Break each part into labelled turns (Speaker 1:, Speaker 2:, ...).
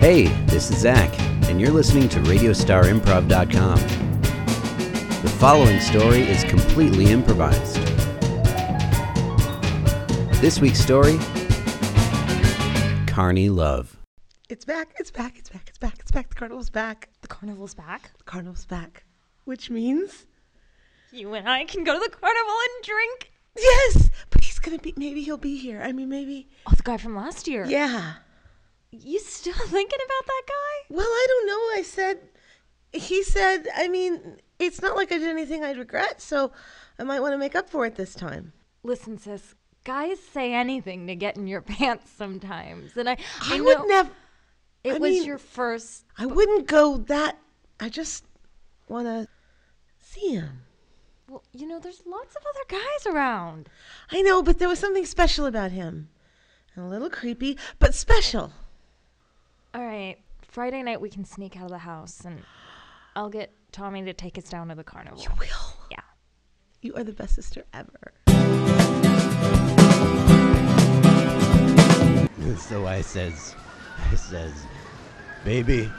Speaker 1: Hey, this is Zach, and you're listening to RadioStarImprov.com. The following story is completely improvised. This week's story Carney Love.
Speaker 2: It's back, it's back, it's back, it's back, it's back. The carnival's back.
Speaker 3: The carnival's back.
Speaker 2: The carnival's back. Which means
Speaker 3: You and I can go to the carnival and drink.
Speaker 2: Yes! But he's gonna be maybe he'll be here. I mean maybe
Speaker 3: Oh, the guy from last year.
Speaker 2: Yeah.
Speaker 3: You still thinking about that guy?
Speaker 2: Well, I don't know. I said he said I mean, it's not like I did anything I'd regret, so I might want to make up for it this time.
Speaker 3: Listen, sis, guys say anything to get in your pants sometimes. And I
Speaker 2: I,
Speaker 3: know
Speaker 2: would never
Speaker 3: it
Speaker 2: I
Speaker 3: was
Speaker 2: mean-
Speaker 3: your first
Speaker 2: I wouldn't go that I just wanna see him.
Speaker 3: well, you know, there's lots of other guys around.
Speaker 2: I know, but there was something special about him. A little creepy, but special.
Speaker 3: All right. Friday night we can sneak out of the house and I'll get Tommy to take us down to the carnival.
Speaker 2: Will.
Speaker 3: Yeah.
Speaker 2: You are the best sister ever.
Speaker 1: So I says, I says, baby,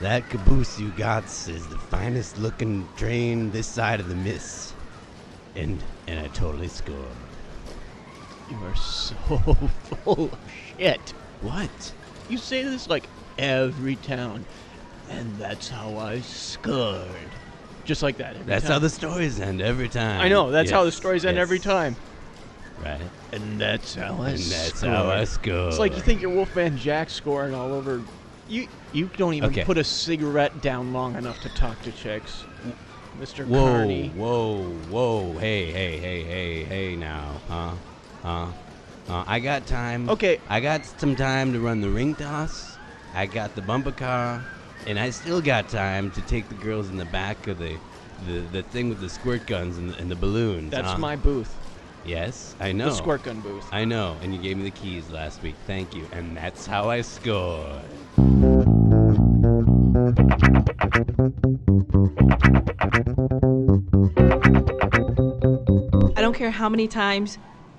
Speaker 1: that caboose you got is the finest looking train this side of the mist. And, and I totally scored.
Speaker 4: You are so full of shit.
Speaker 1: What?
Speaker 4: You say this like every town, and that's how I scored. Just like that. Every
Speaker 1: That's
Speaker 4: time.
Speaker 1: how the stories end every time.
Speaker 4: I know. That's how the
Speaker 1: Yes,
Speaker 4: stories end every
Speaker 1: yes.
Speaker 4: time.
Speaker 1: Right.
Speaker 4: And that's how I
Speaker 1: and that's
Speaker 4: scored.
Speaker 1: how I scored.
Speaker 4: It's like you think you're Wolfman Jack scoring all over. You you don't even
Speaker 1: Okay.
Speaker 4: put a cigarette down long enough to talk to chicks, Mr.
Speaker 1: Whoa,
Speaker 4: Carney.
Speaker 1: whoa, whoa. Hey, hey, hey, hey, hey now. Huh? Huh? Uh, I got time.
Speaker 4: Okay.
Speaker 1: I got some time to run the ring toss. I got the bumper car. And I still got time to take the girls in the back of the the, the thing with the squirt guns and the, and the balloons.
Speaker 4: That's
Speaker 1: huh?
Speaker 4: my booth,
Speaker 1: Yes, I know.
Speaker 4: the squirt gun booth.
Speaker 1: I know. And you gave me the keys last week. Thank you. And that's how I scored.
Speaker 5: I don't care how many times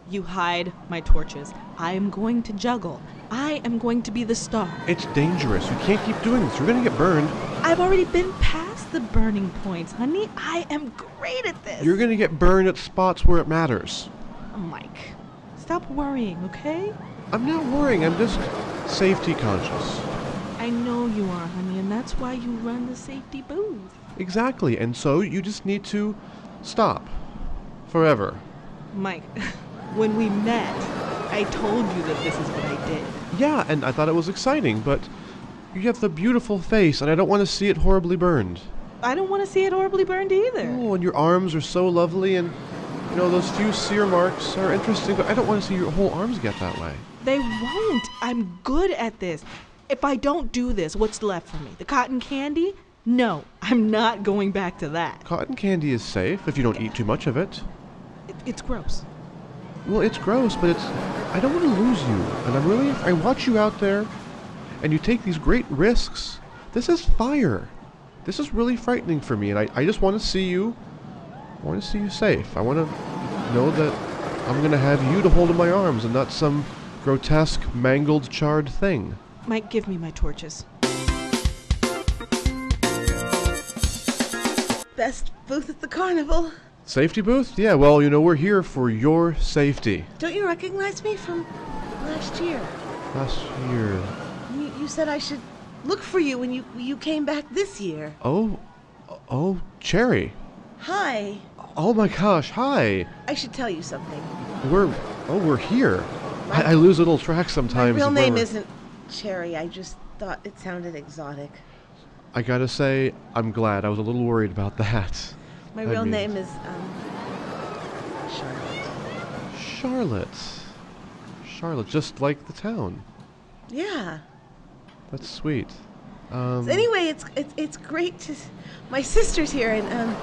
Speaker 5: you hide my torches. I am going to juggle. I am going to be the star.
Speaker 6: It's dangerous. You can't keep doing this. You're gonna get burned.
Speaker 5: I've already been past the burning points, honey. I am great at this. Oh,
Speaker 6: You're gonna get burned at spots where it matters.
Speaker 5: Mike, stop worrying, okay?
Speaker 6: I'm not worrying. I'm just safety conscious.
Speaker 5: I know you are, honey, and that's why you run the safety booth.
Speaker 6: Exactly. And so you just need to stop forever.
Speaker 5: Mike, when we met, I told you that this is what I did.
Speaker 6: Yeah, and I thought it was exciting, but you have the beautiful face, and I don't want to see it horribly burned.
Speaker 5: I don't want to see it horribly burned either.
Speaker 6: Oh, and your arms are so lovely, and you know those few sear marks are interesting, but I don't want to see your whole arms get that way.
Speaker 5: They won't. I'm good at this. If I don't do this, what's left for me? The cotton candy? No, I'm not going back to that.
Speaker 6: Cotton candy is safe if you don't eat too much of it.
Speaker 5: It, it's gross.
Speaker 6: Well, it's gross, but it's. I don't want to lose you, and I'm really. I watch you out there, and you take these great risks. This is fire. This is really frightening for me, and I, I just want to see you. I want to see you safe. I want to know that I'm going to have you to hold in my arms and not some grotesque, mangled, charred thing.
Speaker 5: Mike, give me my torches.
Speaker 2: Best booth at the carnival.
Speaker 6: Safety booth? Yeah, well, you know, we're here for your safety.
Speaker 2: Don't you recognize me from last year?
Speaker 6: Last year.
Speaker 2: You, you said I should look for you when you you came back this year.
Speaker 6: Oh. Oh, Cherry.
Speaker 2: Hi.
Speaker 6: Oh my gosh, hi.
Speaker 2: I should tell you something.
Speaker 6: We're oh, we're here. I, I lose little track sometimes.
Speaker 2: My real
Speaker 6: of where
Speaker 2: name
Speaker 6: we're-
Speaker 2: isn't Cherry. I just thought it sounded exotic.
Speaker 6: I gotta say, I'm glad. I was a little worried about that.
Speaker 2: My
Speaker 6: I
Speaker 2: real
Speaker 6: mean-
Speaker 2: name is um, Charlotte.
Speaker 6: Charlotte. Charlotte, just like the town.
Speaker 2: Yeah.
Speaker 6: That's sweet. Um,
Speaker 2: So anyway, it's it's it's great to. s- My sister's here, and um,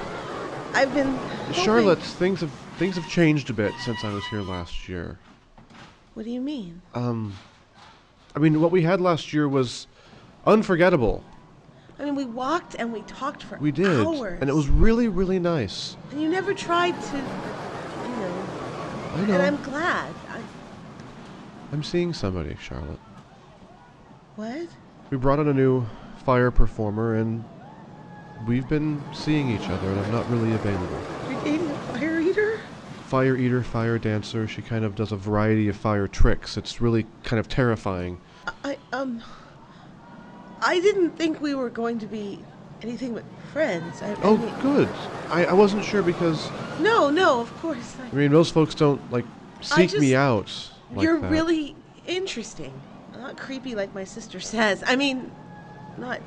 Speaker 2: I've been. hoping-
Speaker 6: Charlotte, things have things have changed a bit since I was here last year.
Speaker 2: What do you mean?
Speaker 6: Um, I mean, what we had last year was unforgettable.
Speaker 2: I mean, we walked and we talked for
Speaker 6: We did,
Speaker 2: hours,
Speaker 6: and it was really, really nice.
Speaker 2: And you never tried to, you know.
Speaker 6: I know.
Speaker 2: And I'm glad. I,
Speaker 6: I'm seeing somebody, Charlotte.
Speaker 2: what?
Speaker 6: we brought in a new fire performer, and we've been seeing each other, and I'm not really available.
Speaker 2: You're dating a fire eater?
Speaker 6: Fire eater, fire dancer. She kind of does a variety of fire tricks. It's really kind of terrifying.
Speaker 2: I um I didn't think we were going to be anything but friends. I, I
Speaker 6: Oh,
Speaker 2: mean-
Speaker 6: good. I, I wasn't sure because
Speaker 2: no, no, of course.
Speaker 6: I
Speaker 2: I,
Speaker 6: mean most folks don't like seek me
Speaker 2: just-
Speaker 6: out. Like
Speaker 2: you're
Speaker 6: that.
Speaker 2: really interesting. Not creepy like my sister says. I mean, not.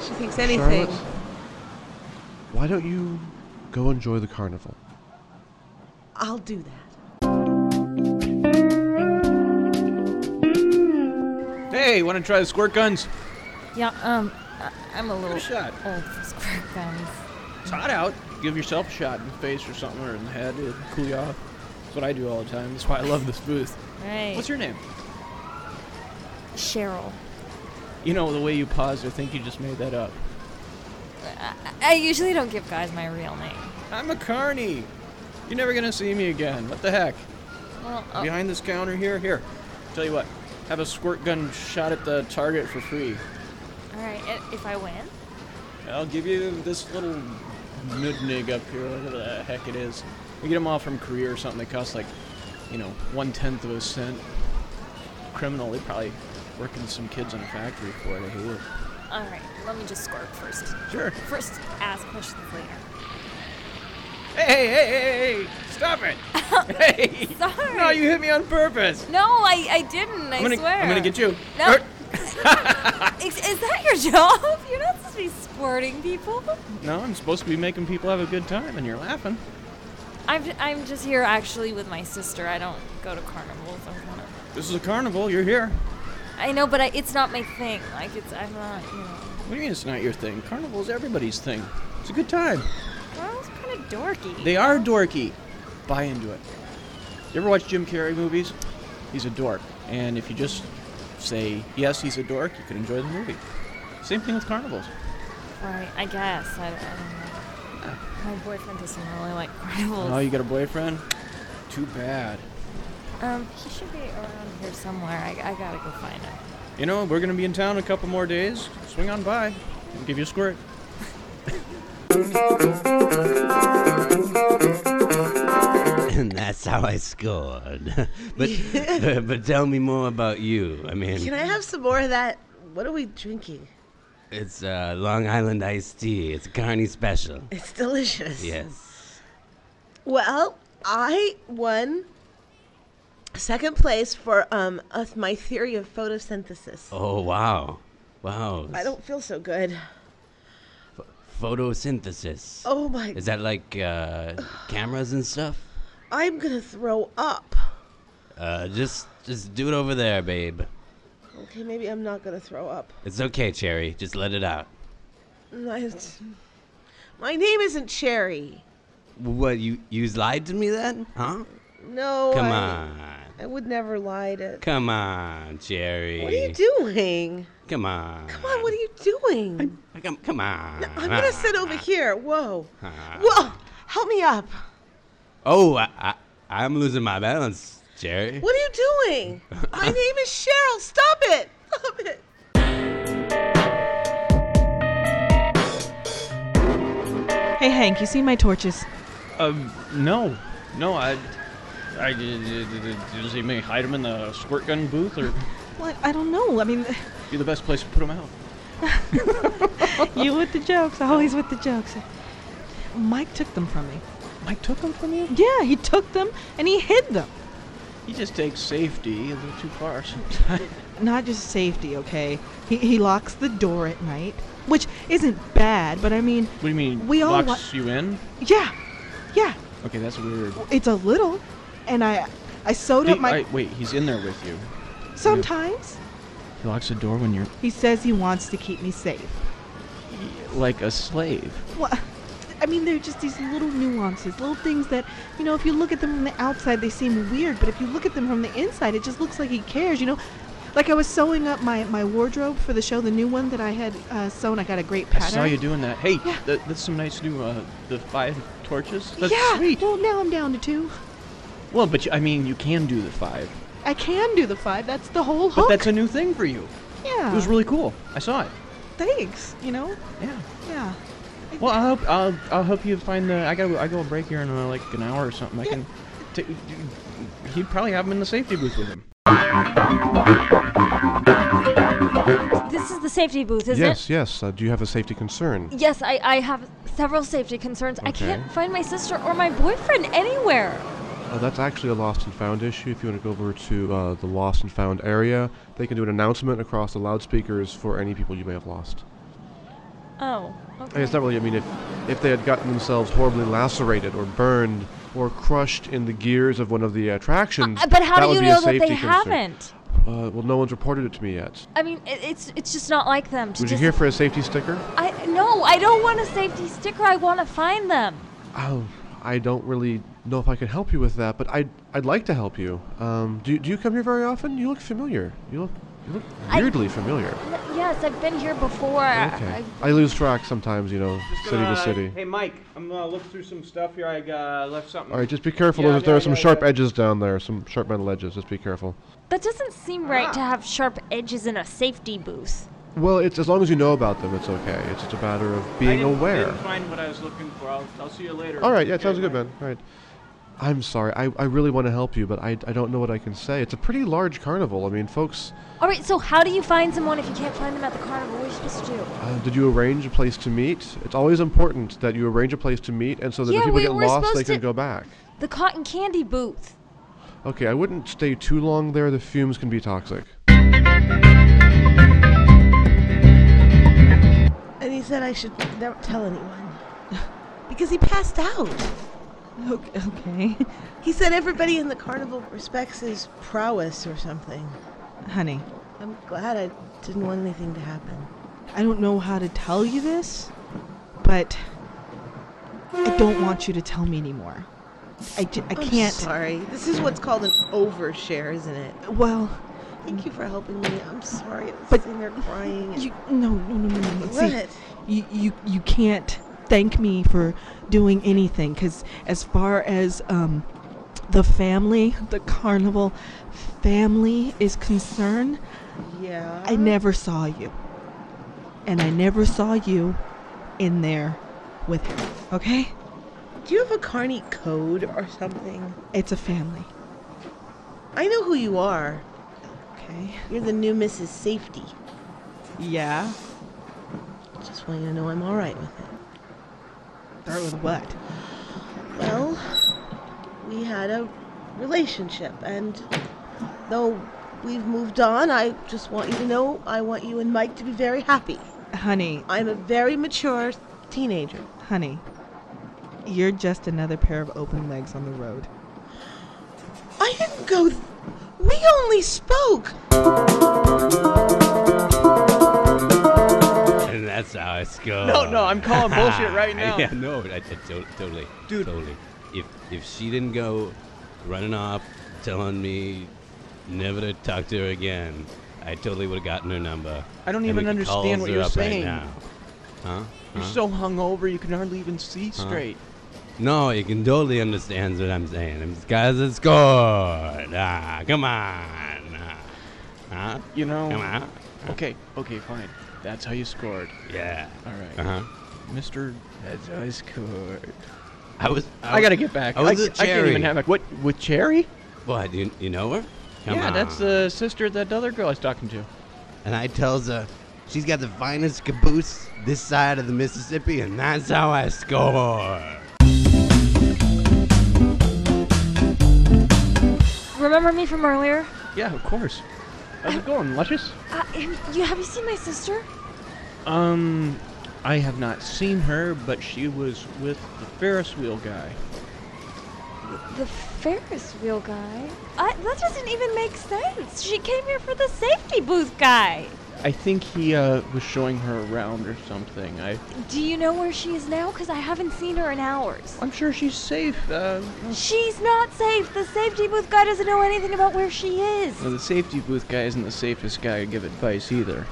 Speaker 2: She thinks anything.
Speaker 6: Charlotte, why don't you go enjoy the carnival?
Speaker 2: I'll do that.
Speaker 4: Hey, want to try the squirt guns?
Speaker 3: Yeah, um, I- I'm a little
Speaker 4: a shot.
Speaker 3: old for squirt guns.
Speaker 4: It's hot out. Give yourself a shot in the face or something, or in the head. It'll cool you off. That's what I do all the time. That's why I love this booth.
Speaker 3: Right.
Speaker 4: What's your name?
Speaker 3: Cheryl?
Speaker 4: You know, the way you paused, I think you just made that up.
Speaker 3: I, I usually don't give guys my real name.
Speaker 4: I'm a carny. You're never gonna see me again. What the heck?
Speaker 3: Well, oh,
Speaker 4: Behind this counter here, here. Tell you what, have a squirt gun shot at the target for free.
Speaker 3: all right. i- If I win,
Speaker 4: I'll give you this little nudnig up here, whatever the heck it is. We get them all from Korea or something. They cost like, you know, one tenth of a cent. Criminal. They probably working some kids in a factory for it. I hate it.
Speaker 3: all right. Let me just squirt first.
Speaker 4: Sure.
Speaker 3: First, ask questions later.
Speaker 4: Hey, hey, hey, hey, hey! Stop it! hey!
Speaker 3: Sorry.
Speaker 4: No, you hit me on purpose.
Speaker 3: No, I, I didn't. I
Speaker 4: am gonna,
Speaker 3: swear.
Speaker 4: I'm gonna get you.
Speaker 3: No.
Speaker 4: Er,
Speaker 3: Is, is that your job? You're not supposed to be squirting people.
Speaker 4: No, I'm supposed to be making people have a good time, and you're laughing.
Speaker 3: I'm, j- I'm just here actually with my sister. I don't go to carnivals. I'm kind of.
Speaker 4: This is a carnival. You're here.
Speaker 3: I know, but I, it's not my thing. Like it's I'm not. You know,
Speaker 4: What do you mean it's not your thing? Carnival's everybody's thing. It's a good time.
Speaker 3: Carl's kind of dorky.
Speaker 4: They are dorky. Buy into it. You ever watch Jim Carrey movies? He's a dork. And if you just say, yes, he's a dork, you can enjoy the movie. Same thing with carnivals.
Speaker 3: right? I guess. I, I don't know. My boyfriend doesn't really like carnivals.
Speaker 4: Oh, you got a boyfriend? Too bad.
Speaker 3: Um, he should be around here somewhere. I, I gotta go find him.
Speaker 4: You know, we're going to be in town a couple more days. Swing on by. I'll give you a squirt.
Speaker 1: and that's how I scored. but, but but tell me more about you. I mean,
Speaker 2: Can I have some more of that? What are we drinking?
Speaker 1: it's uh, Long Island iced tea. It's a carny special.
Speaker 2: It's delicious.
Speaker 1: Yes.
Speaker 2: Well, I won second place for um uh, my theory of photosynthesis.
Speaker 1: Oh wow, wow.
Speaker 2: I don't feel so good.
Speaker 1: photosynthesis.
Speaker 2: Oh my!
Speaker 1: Is that like uh, cameras and stuff?
Speaker 2: I'm gonna throw up.
Speaker 1: Uh, just just do it over there, babe.
Speaker 2: Okay, maybe I'm not gonna throw up.
Speaker 1: It's okay, Cherry. Just let it out.
Speaker 2: I- My name isn't Cherry.
Speaker 1: What you you lied to me then? Huh?
Speaker 2: No,
Speaker 1: Come
Speaker 2: Oh, I,
Speaker 1: on.
Speaker 2: I would never lie to.
Speaker 1: Come on, Cherry.
Speaker 2: What are you doing?
Speaker 1: Come on.
Speaker 2: Come on, what are you doing?
Speaker 1: Come, come on.
Speaker 2: I'm gonna sit over here. Whoa,
Speaker 1: Ah.
Speaker 2: whoa! Help me up.
Speaker 1: Oh, I, I, I'm losing my balance, Jerry.
Speaker 2: What are you doing? My name is Cheryl. Stop it! Stop it!
Speaker 5: Hey, Hank, you see my torches?
Speaker 4: Um, no. No, I. I uh, does he may hide them in the squirt gun booth or
Speaker 5: Well, I don't know. I mean,
Speaker 4: be the best place to put them out?
Speaker 5: you with the jokes, always with the jokes. Mike took them from me.
Speaker 4: Mike took them from you?
Speaker 5: Yeah, he took them and he hid them.
Speaker 4: He just takes safety a little too far sometimes.
Speaker 5: Not just safety, okay? He, he locks the door at night, which isn't bad, but I mean,
Speaker 4: What do you mean?
Speaker 5: We all
Speaker 4: locks
Speaker 5: wa-
Speaker 4: you in?
Speaker 5: yeah, yeah,
Speaker 4: Okay, that's weird.
Speaker 5: it's a little. And I I sewed
Speaker 4: Do
Speaker 5: up
Speaker 4: you-
Speaker 5: my.
Speaker 4: I- wait, he's in there with you.
Speaker 5: sometimes
Speaker 4: He locks the door when you're
Speaker 5: he says he wants to keep me safe.
Speaker 4: like a slave.
Speaker 5: Well, I mean, they're just these little nuances, little things that, you know, if you look at them from the outside, they seem weird, but if you look at them from the inside, it just looks like he cares, you know? Like I was sewing up my, my wardrobe for the show, the new one that I had uh, sewn. I got a great pattern.
Speaker 4: I saw you doing that. Hey,
Speaker 5: Yeah.
Speaker 4: that, that's some nice new uh, the five torches. That's
Speaker 5: yeah.
Speaker 4: sweet.
Speaker 5: Well, now I'm down to two.
Speaker 4: Well, but you, I mean, you can do the five.
Speaker 5: I can do the five. That's the whole hook.
Speaker 4: But that's a new thing for you.
Speaker 5: yeah.
Speaker 4: It was really cool. I saw it.
Speaker 5: Thanks. You know.
Speaker 4: Yeah.
Speaker 5: Yeah. I-
Speaker 4: Well, I hope I'll, I'll help you find the. I gotta I go on break here in uh, like an hour or something. I can. T- he'd probably have him in the safety booth with him.
Speaker 3: This is the safety booth, isn't
Speaker 6: yes,
Speaker 3: it?
Speaker 6: yes. Uh, do you have a safety concern?
Speaker 3: Yes, I, I have several safety concerns. I can't
Speaker 6: Okay.
Speaker 3: find my sister or my boyfriend anywhere.
Speaker 6: Uh, that's actually a lost and found issue. If you want to go over to uh, the lost and found area, they can do an announcement across the loudspeakers for any people you may have lost.
Speaker 3: Oh,
Speaker 6: I
Speaker 3: okay.
Speaker 6: mean, it's not really. I mean, if if they had gotten themselves horribly lacerated or burned or crushed in the gears of one of the attractions,
Speaker 3: Uh, but how
Speaker 6: that
Speaker 3: do
Speaker 6: would
Speaker 3: you
Speaker 6: be a
Speaker 3: know that they
Speaker 6: safety concern.
Speaker 3: haven't?
Speaker 6: Uh, well, no one's reported it to me yet.
Speaker 3: I mean, it, it's it's just not like them. To
Speaker 6: Would you
Speaker 3: just,
Speaker 6: here for a safety sticker?
Speaker 3: I no, I don't want a safety sticker. I want to find them.
Speaker 6: Oh, I don't really know if I can help you with that, but I'd I'd like to help you. Um, do do you come here very often? You look familiar. You look you look
Speaker 3: I-
Speaker 6: weirdly familiar.
Speaker 3: N- Yes, I've been here before.
Speaker 6: Okay. I lose track sometimes, you know, city to city.
Speaker 4: Hey, Mike, I'm gonna look through some stuff here. I uh, left something.
Speaker 6: All right, just be careful.
Speaker 4: Yeah,
Speaker 6: There's there
Speaker 4: yeah,
Speaker 6: are some
Speaker 4: yeah,
Speaker 6: sharp
Speaker 4: yeah.
Speaker 6: edges down there, some sharp metal edges. Just be careful.
Speaker 3: that doesn't seem right to have sharp edges in a safety booth.
Speaker 6: Well, it's as long as you know about them, it's okay. It's just a matter of being aware.
Speaker 4: find what I was looking for. I'll, I'll see you later.
Speaker 6: All right, yeah, sounds good, man. All right. I'm sorry. I, I really want to help you, but I, I don't know what I can say. It's a pretty large carnival. I mean, folks,
Speaker 3: All right, so how do you find someone if you can't find them at the carnival? What are you supposed to do?
Speaker 6: uh, did you arrange a place to meet? It's always important that you arrange a place to meet, and so that
Speaker 3: Yeah,
Speaker 6: if people
Speaker 3: we
Speaker 6: get
Speaker 3: were
Speaker 6: lost, they
Speaker 3: supposed
Speaker 6: can
Speaker 3: to-
Speaker 6: go back.
Speaker 3: The cotton candy booth.
Speaker 6: Okay, I wouldn't stay too long there. The fumes can be toxic.
Speaker 2: And he said I should never tell anyone because he passed out.
Speaker 5: Okay. okay.
Speaker 2: He said everybody in the carnival respects his prowess or something.
Speaker 5: Honey,
Speaker 2: I'm glad I didn't want anything to happen.
Speaker 5: I don't know how to tell you this, but I don't want you to tell me anymore. I, ju- I
Speaker 2: I'm
Speaker 5: can't.
Speaker 2: Sorry. This is what's called an overshare, isn't it?
Speaker 5: Well,
Speaker 2: Thank you for helping me. I'm sorry. I was
Speaker 5: But
Speaker 2: sitting there crying. and-
Speaker 5: you no no no no no. no. See,
Speaker 2: what?
Speaker 5: you, you you can't thank me for doing anything because as far as um the family, the carnival family is concerned,
Speaker 2: Yeah.
Speaker 5: I never saw you, and I never saw you in there with him. Okay,
Speaker 2: Do you have a carny code or something?
Speaker 5: it's a family.
Speaker 2: I know who you are.
Speaker 5: Okay.
Speaker 2: You're the new Mrs. Safety.
Speaker 5: Yeah.
Speaker 2: Just want you to know I'm all right with it.
Speaker 5: Start with what?
Speaker 2: Well, we had a relationship, and though we've moved on, I just want you to know I want you and Mike to be very happy.
Speaker 5: Honey,
Speaker 2: I'm a very mature teenager.
Speaker 5: honey, you're just another pair of open legs on the road.
Speaker 2: I didn't go. Th- we only spoke.
Speaker 1: And that's how it's going.
Speaker 4: No, no, I'm calling bullshit right now.
Speaker 1: yeah, no, I, I to- totally,
Speaker 4: Dude.
Speaker 1: totally. If if she didn't go running off, telling me never to talk to her again, I totally would have gotten her number.
Speaker 4: I don't
Speaker 1: And we
Speaker 4: even
Speaker 1: could call
Speaker 4: understand what
Speaker 1: her
Speaker 4: you're
Speaker 1: up
Speaker 4: saying.
Speaker 1: Right now. Huh?
Speaker 4: You're
Speaker 1: Huh?
Speaker 4: so hungover, you can hardly even see straight.
Speaker 1: no, you can totally understand what I'm saying. I'm guys, it's good. Ah, come on. Ah, Huh?
Speaker 4: You know.
Speaker 1: Come on.
Speaker 4: Okay, okay, fine. That's how you scored.
Speaker 1: Yeah.
Speaker 4: All right.
Speaker 1: Uh huh.
Speaker 4: Mr. That's how I scored.
Speaker 1: I was.
Speaker 4: I, gotta get back.
Speaker 1: I was a
Speaker 4: I, I can't
Speaker 1: cherry.
Speaker 4: even have it. What with Cherry?
Speaker 1: What? You, you know her? Come
Speaker 4: yeah,
Speaker 1: on.
Speaker 4: that's the sister of that other girl I was talking to.
Speaker 1: and I tells her she's got the finest caboose this side of the Mississippi, and that's how I score.
Speaker 3: Remember me from earlier?
Speaker 4: Yeah, of course. How's it going, Luscious?
Speaker 3: Uh, have you have you seen my sister?
Speaker 4: Um, I have not seen her, but she was with the Ferris wheel guy.
Speaker 3: The Ferris wheel guy? I, that doesn't even make sense. She came here for the safety booth guy.
Speaker 4: I think he uh, was showing her around or something. I,
Speaker 3: Do you know where she is now? Because I haven't seen her in hours.
Speaker 4: I'm sure she's safe. Uh,
Speaker 3: She's not safe. The safety booth guy doesn't know anything about where she is.
Speaker 4: well, the safety booth guy isn't the safest guy to give advice either.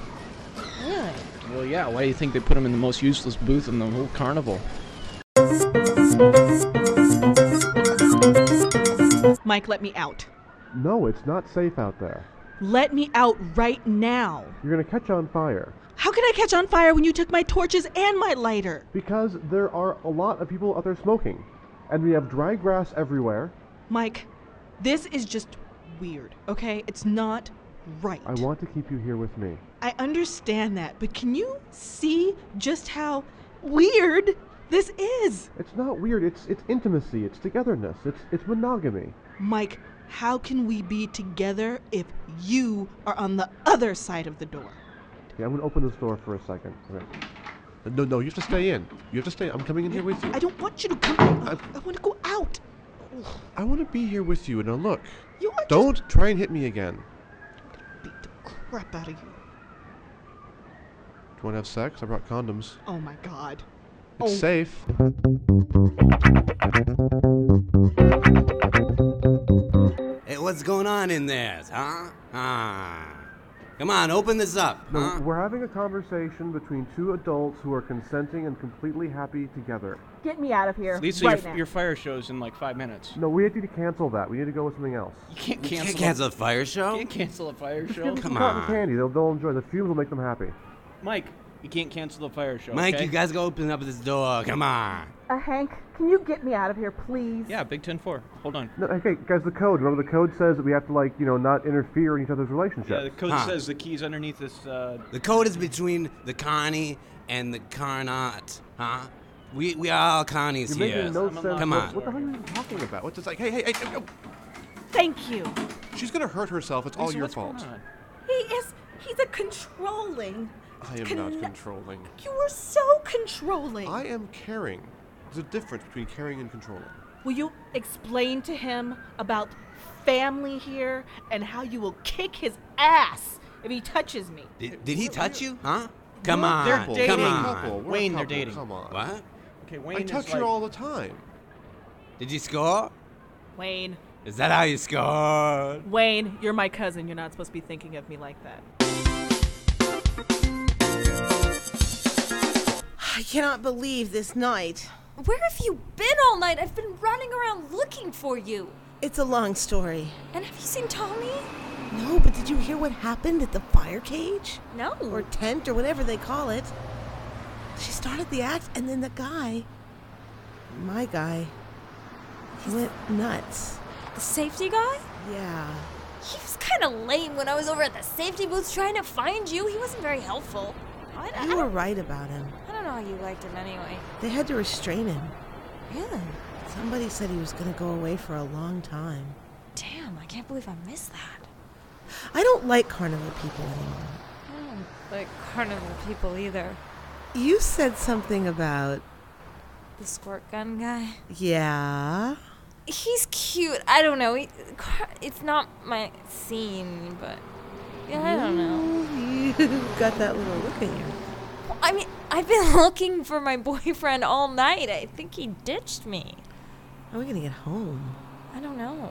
Speaker 3: Really?
Speaker 4: Well, yeah. Why do you think they put him in the most useless booth in the whole carnival?
Speaker 5: Mike, let me out.
Speaker 6: No, it's not safe out there.
Speaker 5: Let me out right now.
Speaker 6: You're going to catch on fire.
Speaker 5: How can I catch on fire when you took my torches and my lighter?
Speaker 6: Because there are a lot of people out there smoking. And we have dry grass everywhere.
Speaker 5: Mike, this is just weird, okay? It's not right.
Speaker 6: I want to keep you here with me.
Speaker 5: I understand that, but can you see just how weird this is?
Speaker 6: It's not weird. It's it's intimacy. It's togetherness. It's it's monogamy.
Speaker 5: Mike, how can we be together if you are on the other side of the door?
Speaker 6: Yeah, I'm gonna open this door for a second. Okay. No, no, you have to stay in. You have to stay. I'm coming in here with you.
Speaker 5: I don't want you to come. I,
Speaker 6: I'm-
Speaker 5: I want to go out.
Speaker 6: I want to be here with you. Now look,
Speaker 5: You are
Speaker 6: don't try and hit me again. Do
Speaker 5: just beat the crap out of you.
Speaker 6: you want to have sex? I brought condoms.
Speaker 5: Oh my god.
Speaker 6: It's safe.
Speaker 1: Hey, what's going on in there, huh? Ah. Come on, open this up,
Speaker 6: No,
Speaker 1: huh?
Speaker 6: we're having a conversation between two adults who are consenting and completely happy together.
Speaker 7: Get me out of here
Speaker 4: Lisa,
Speaker 7: right
Speaker 4: your,
Speaker 7: now.
Speaker 4: your fire show's in like five minutes.
Speaker 6: No, we need to cancel that. We need to go with something else.
Speaker 4: You can't
Speaker 1: You
Speaker 4: cancel.
Speaker 1: can't cancel the fire
Speaker 4: A,
Speaker 1: show?
Speaker 4: can't cancel a fire show.
Speaker 1: Come
Speaker 6: Cotton
Speaker 1: on.
Speaker 6: candy. They'll, they'll enjoy. The fumes will make them happy.
Speaker 4: Mike, you can't cancel the fire show.
Speaker 1: Mike,
Speaker 4: okay?
Speaker 1: you guys go open up this door. Come on.
Speaker 7: Uh, Hank, can you get me out of here, please?
Speaker 4: Yeah, Big Ten Four. Hold on.
Speaker 6: No, okay, guys, the code. Remember, the code says that we have to, like, you know, not interfere in each other's
Speaker 4: Yeah,
Speaker 6: relationship.
Speaker 4: the code
Speaker 1: Huh.
Speaker 4: says the key's underneath this. Uh,
Speaker 1: The code is between the Connie and the Carnot, huh? We we are all Connies
Speaker 6: You're
Speaker 1: here.
Speaker 6: making no
Speaker 4: I'm
Speaker 6: sense.
Speaker 4: allowed
Speaker 1: Come
Speaker 4: to
Speaker 1: on.
Speaker 6: What the
Speaker 4: swear
Speaker 6: hell are
Speaker 4: here.
Speaker 6: you even talking about? What's this like? Hey, hey, hey! no, no.
Speaker 3: Thank you.
Speaker 6: She's gonna hurt herself. It's all
Speaker 4: Lisa,
Speaker 6: Oh, your
Speaker 4: what's going
Speaker 6: fault.
Speaker 4: on?
Speaker 8: He is. He's a controlling.
Speaker 6: I am
Speaker 8: Conne-
Speaker 6: not controlling.
Speaker 8: You were so controlling.
Speaker 5: Uh.
Speaker 6: I am caring. There's a difference between caring and controlling.
Speaker 7: Will you explain to him about family here and how you will kick his ass if he touches me?
Speaker 1: Did, did he touch you, huh? Come on.
Speaker 4: they're
Speaker 6: Couple,
Speaker 4: dating.
Speaker 1: Come
Speaker 6: we're a
Speaker 1: on.
Speaker 6: couple, we're a
Speaker 4: Ah, Wayne, they're
Speaker 6: couple,
Speaker 4: dating.
Speaker 6: Come on.
Speaker 1: What?
Speaker 4: Okay, Wayne.
Speaker 6: I
Speaker 4: is
Speaker 6: touch
Speaker 4: like-
Speaker 6: you all the time.
Speaker 1: Did you score?
Speaker 7: Wayne,
Speaker 1: Is that how you scored?
Speaker 7: Wayne, you're my cousin. You're not supposed to be thinking of me like that.
Speaker 2: I cannot believe this night.
Speaker 3: Where have you been all night? I've been running around looking for you.
Speaker 2: It's a long story.
Speaker 3: And have you seen Tommy?
Speaker 2: No, but did you hear what happened at the fire cage?
Speaker 3: No.
Speaker 2: Or tent, or whatever they call it. She started the act, and then the guy, my guy, he went nuts.
Speaker 3: the safety guy?
Speaker 2: Yeah.
Speaker 3: He was kind of lame when I was over at the safety booth trying to find you. He wasn't very helpful. I, I,
Speaker 2: You were
Speaker 3: don't,
Speaker 2: right about him.
Speaker 3: I don't know how you liked him anyway.
Speaker 2: They had to restrain him.
Speaker 3: Really?
Speaker 2: Somebody said he was going to go away for a long time.
Speaker 3: Damn, I can't believe I missed that.
Speaker 2: I don't like carnival people anymore.
Speaker 3: I don't like carnival people either.
Speaker 2: You said something about,
Speaker 3: The squirt gun guy.
Speaker 2: yeah.
Speaker 3: He's cute. I don't know. He, car- it's not my scene, but yeah, I don't know.
Speaker 2: Ooh, You got that little look in you.
Speaker 3: I mean, I've been looking for my boyfriend all night. I think he ditched me.
Speaker 2: How are we going to get home?
Speaker 3: I don't know.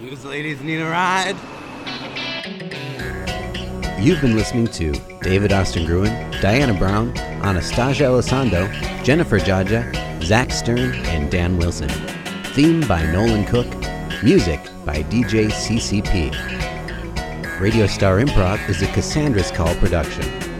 Speaker 1: You ladies need a ride. You've been listening to David Austin Gruen, Diana Brown, Anastasia Elizondo, Jennifer Jaja, Zach Stern, and Dan Wilson. Theme by Nolan Cook. Music by DJ CCP. Radio Star Improv is a Cassandra's Call production.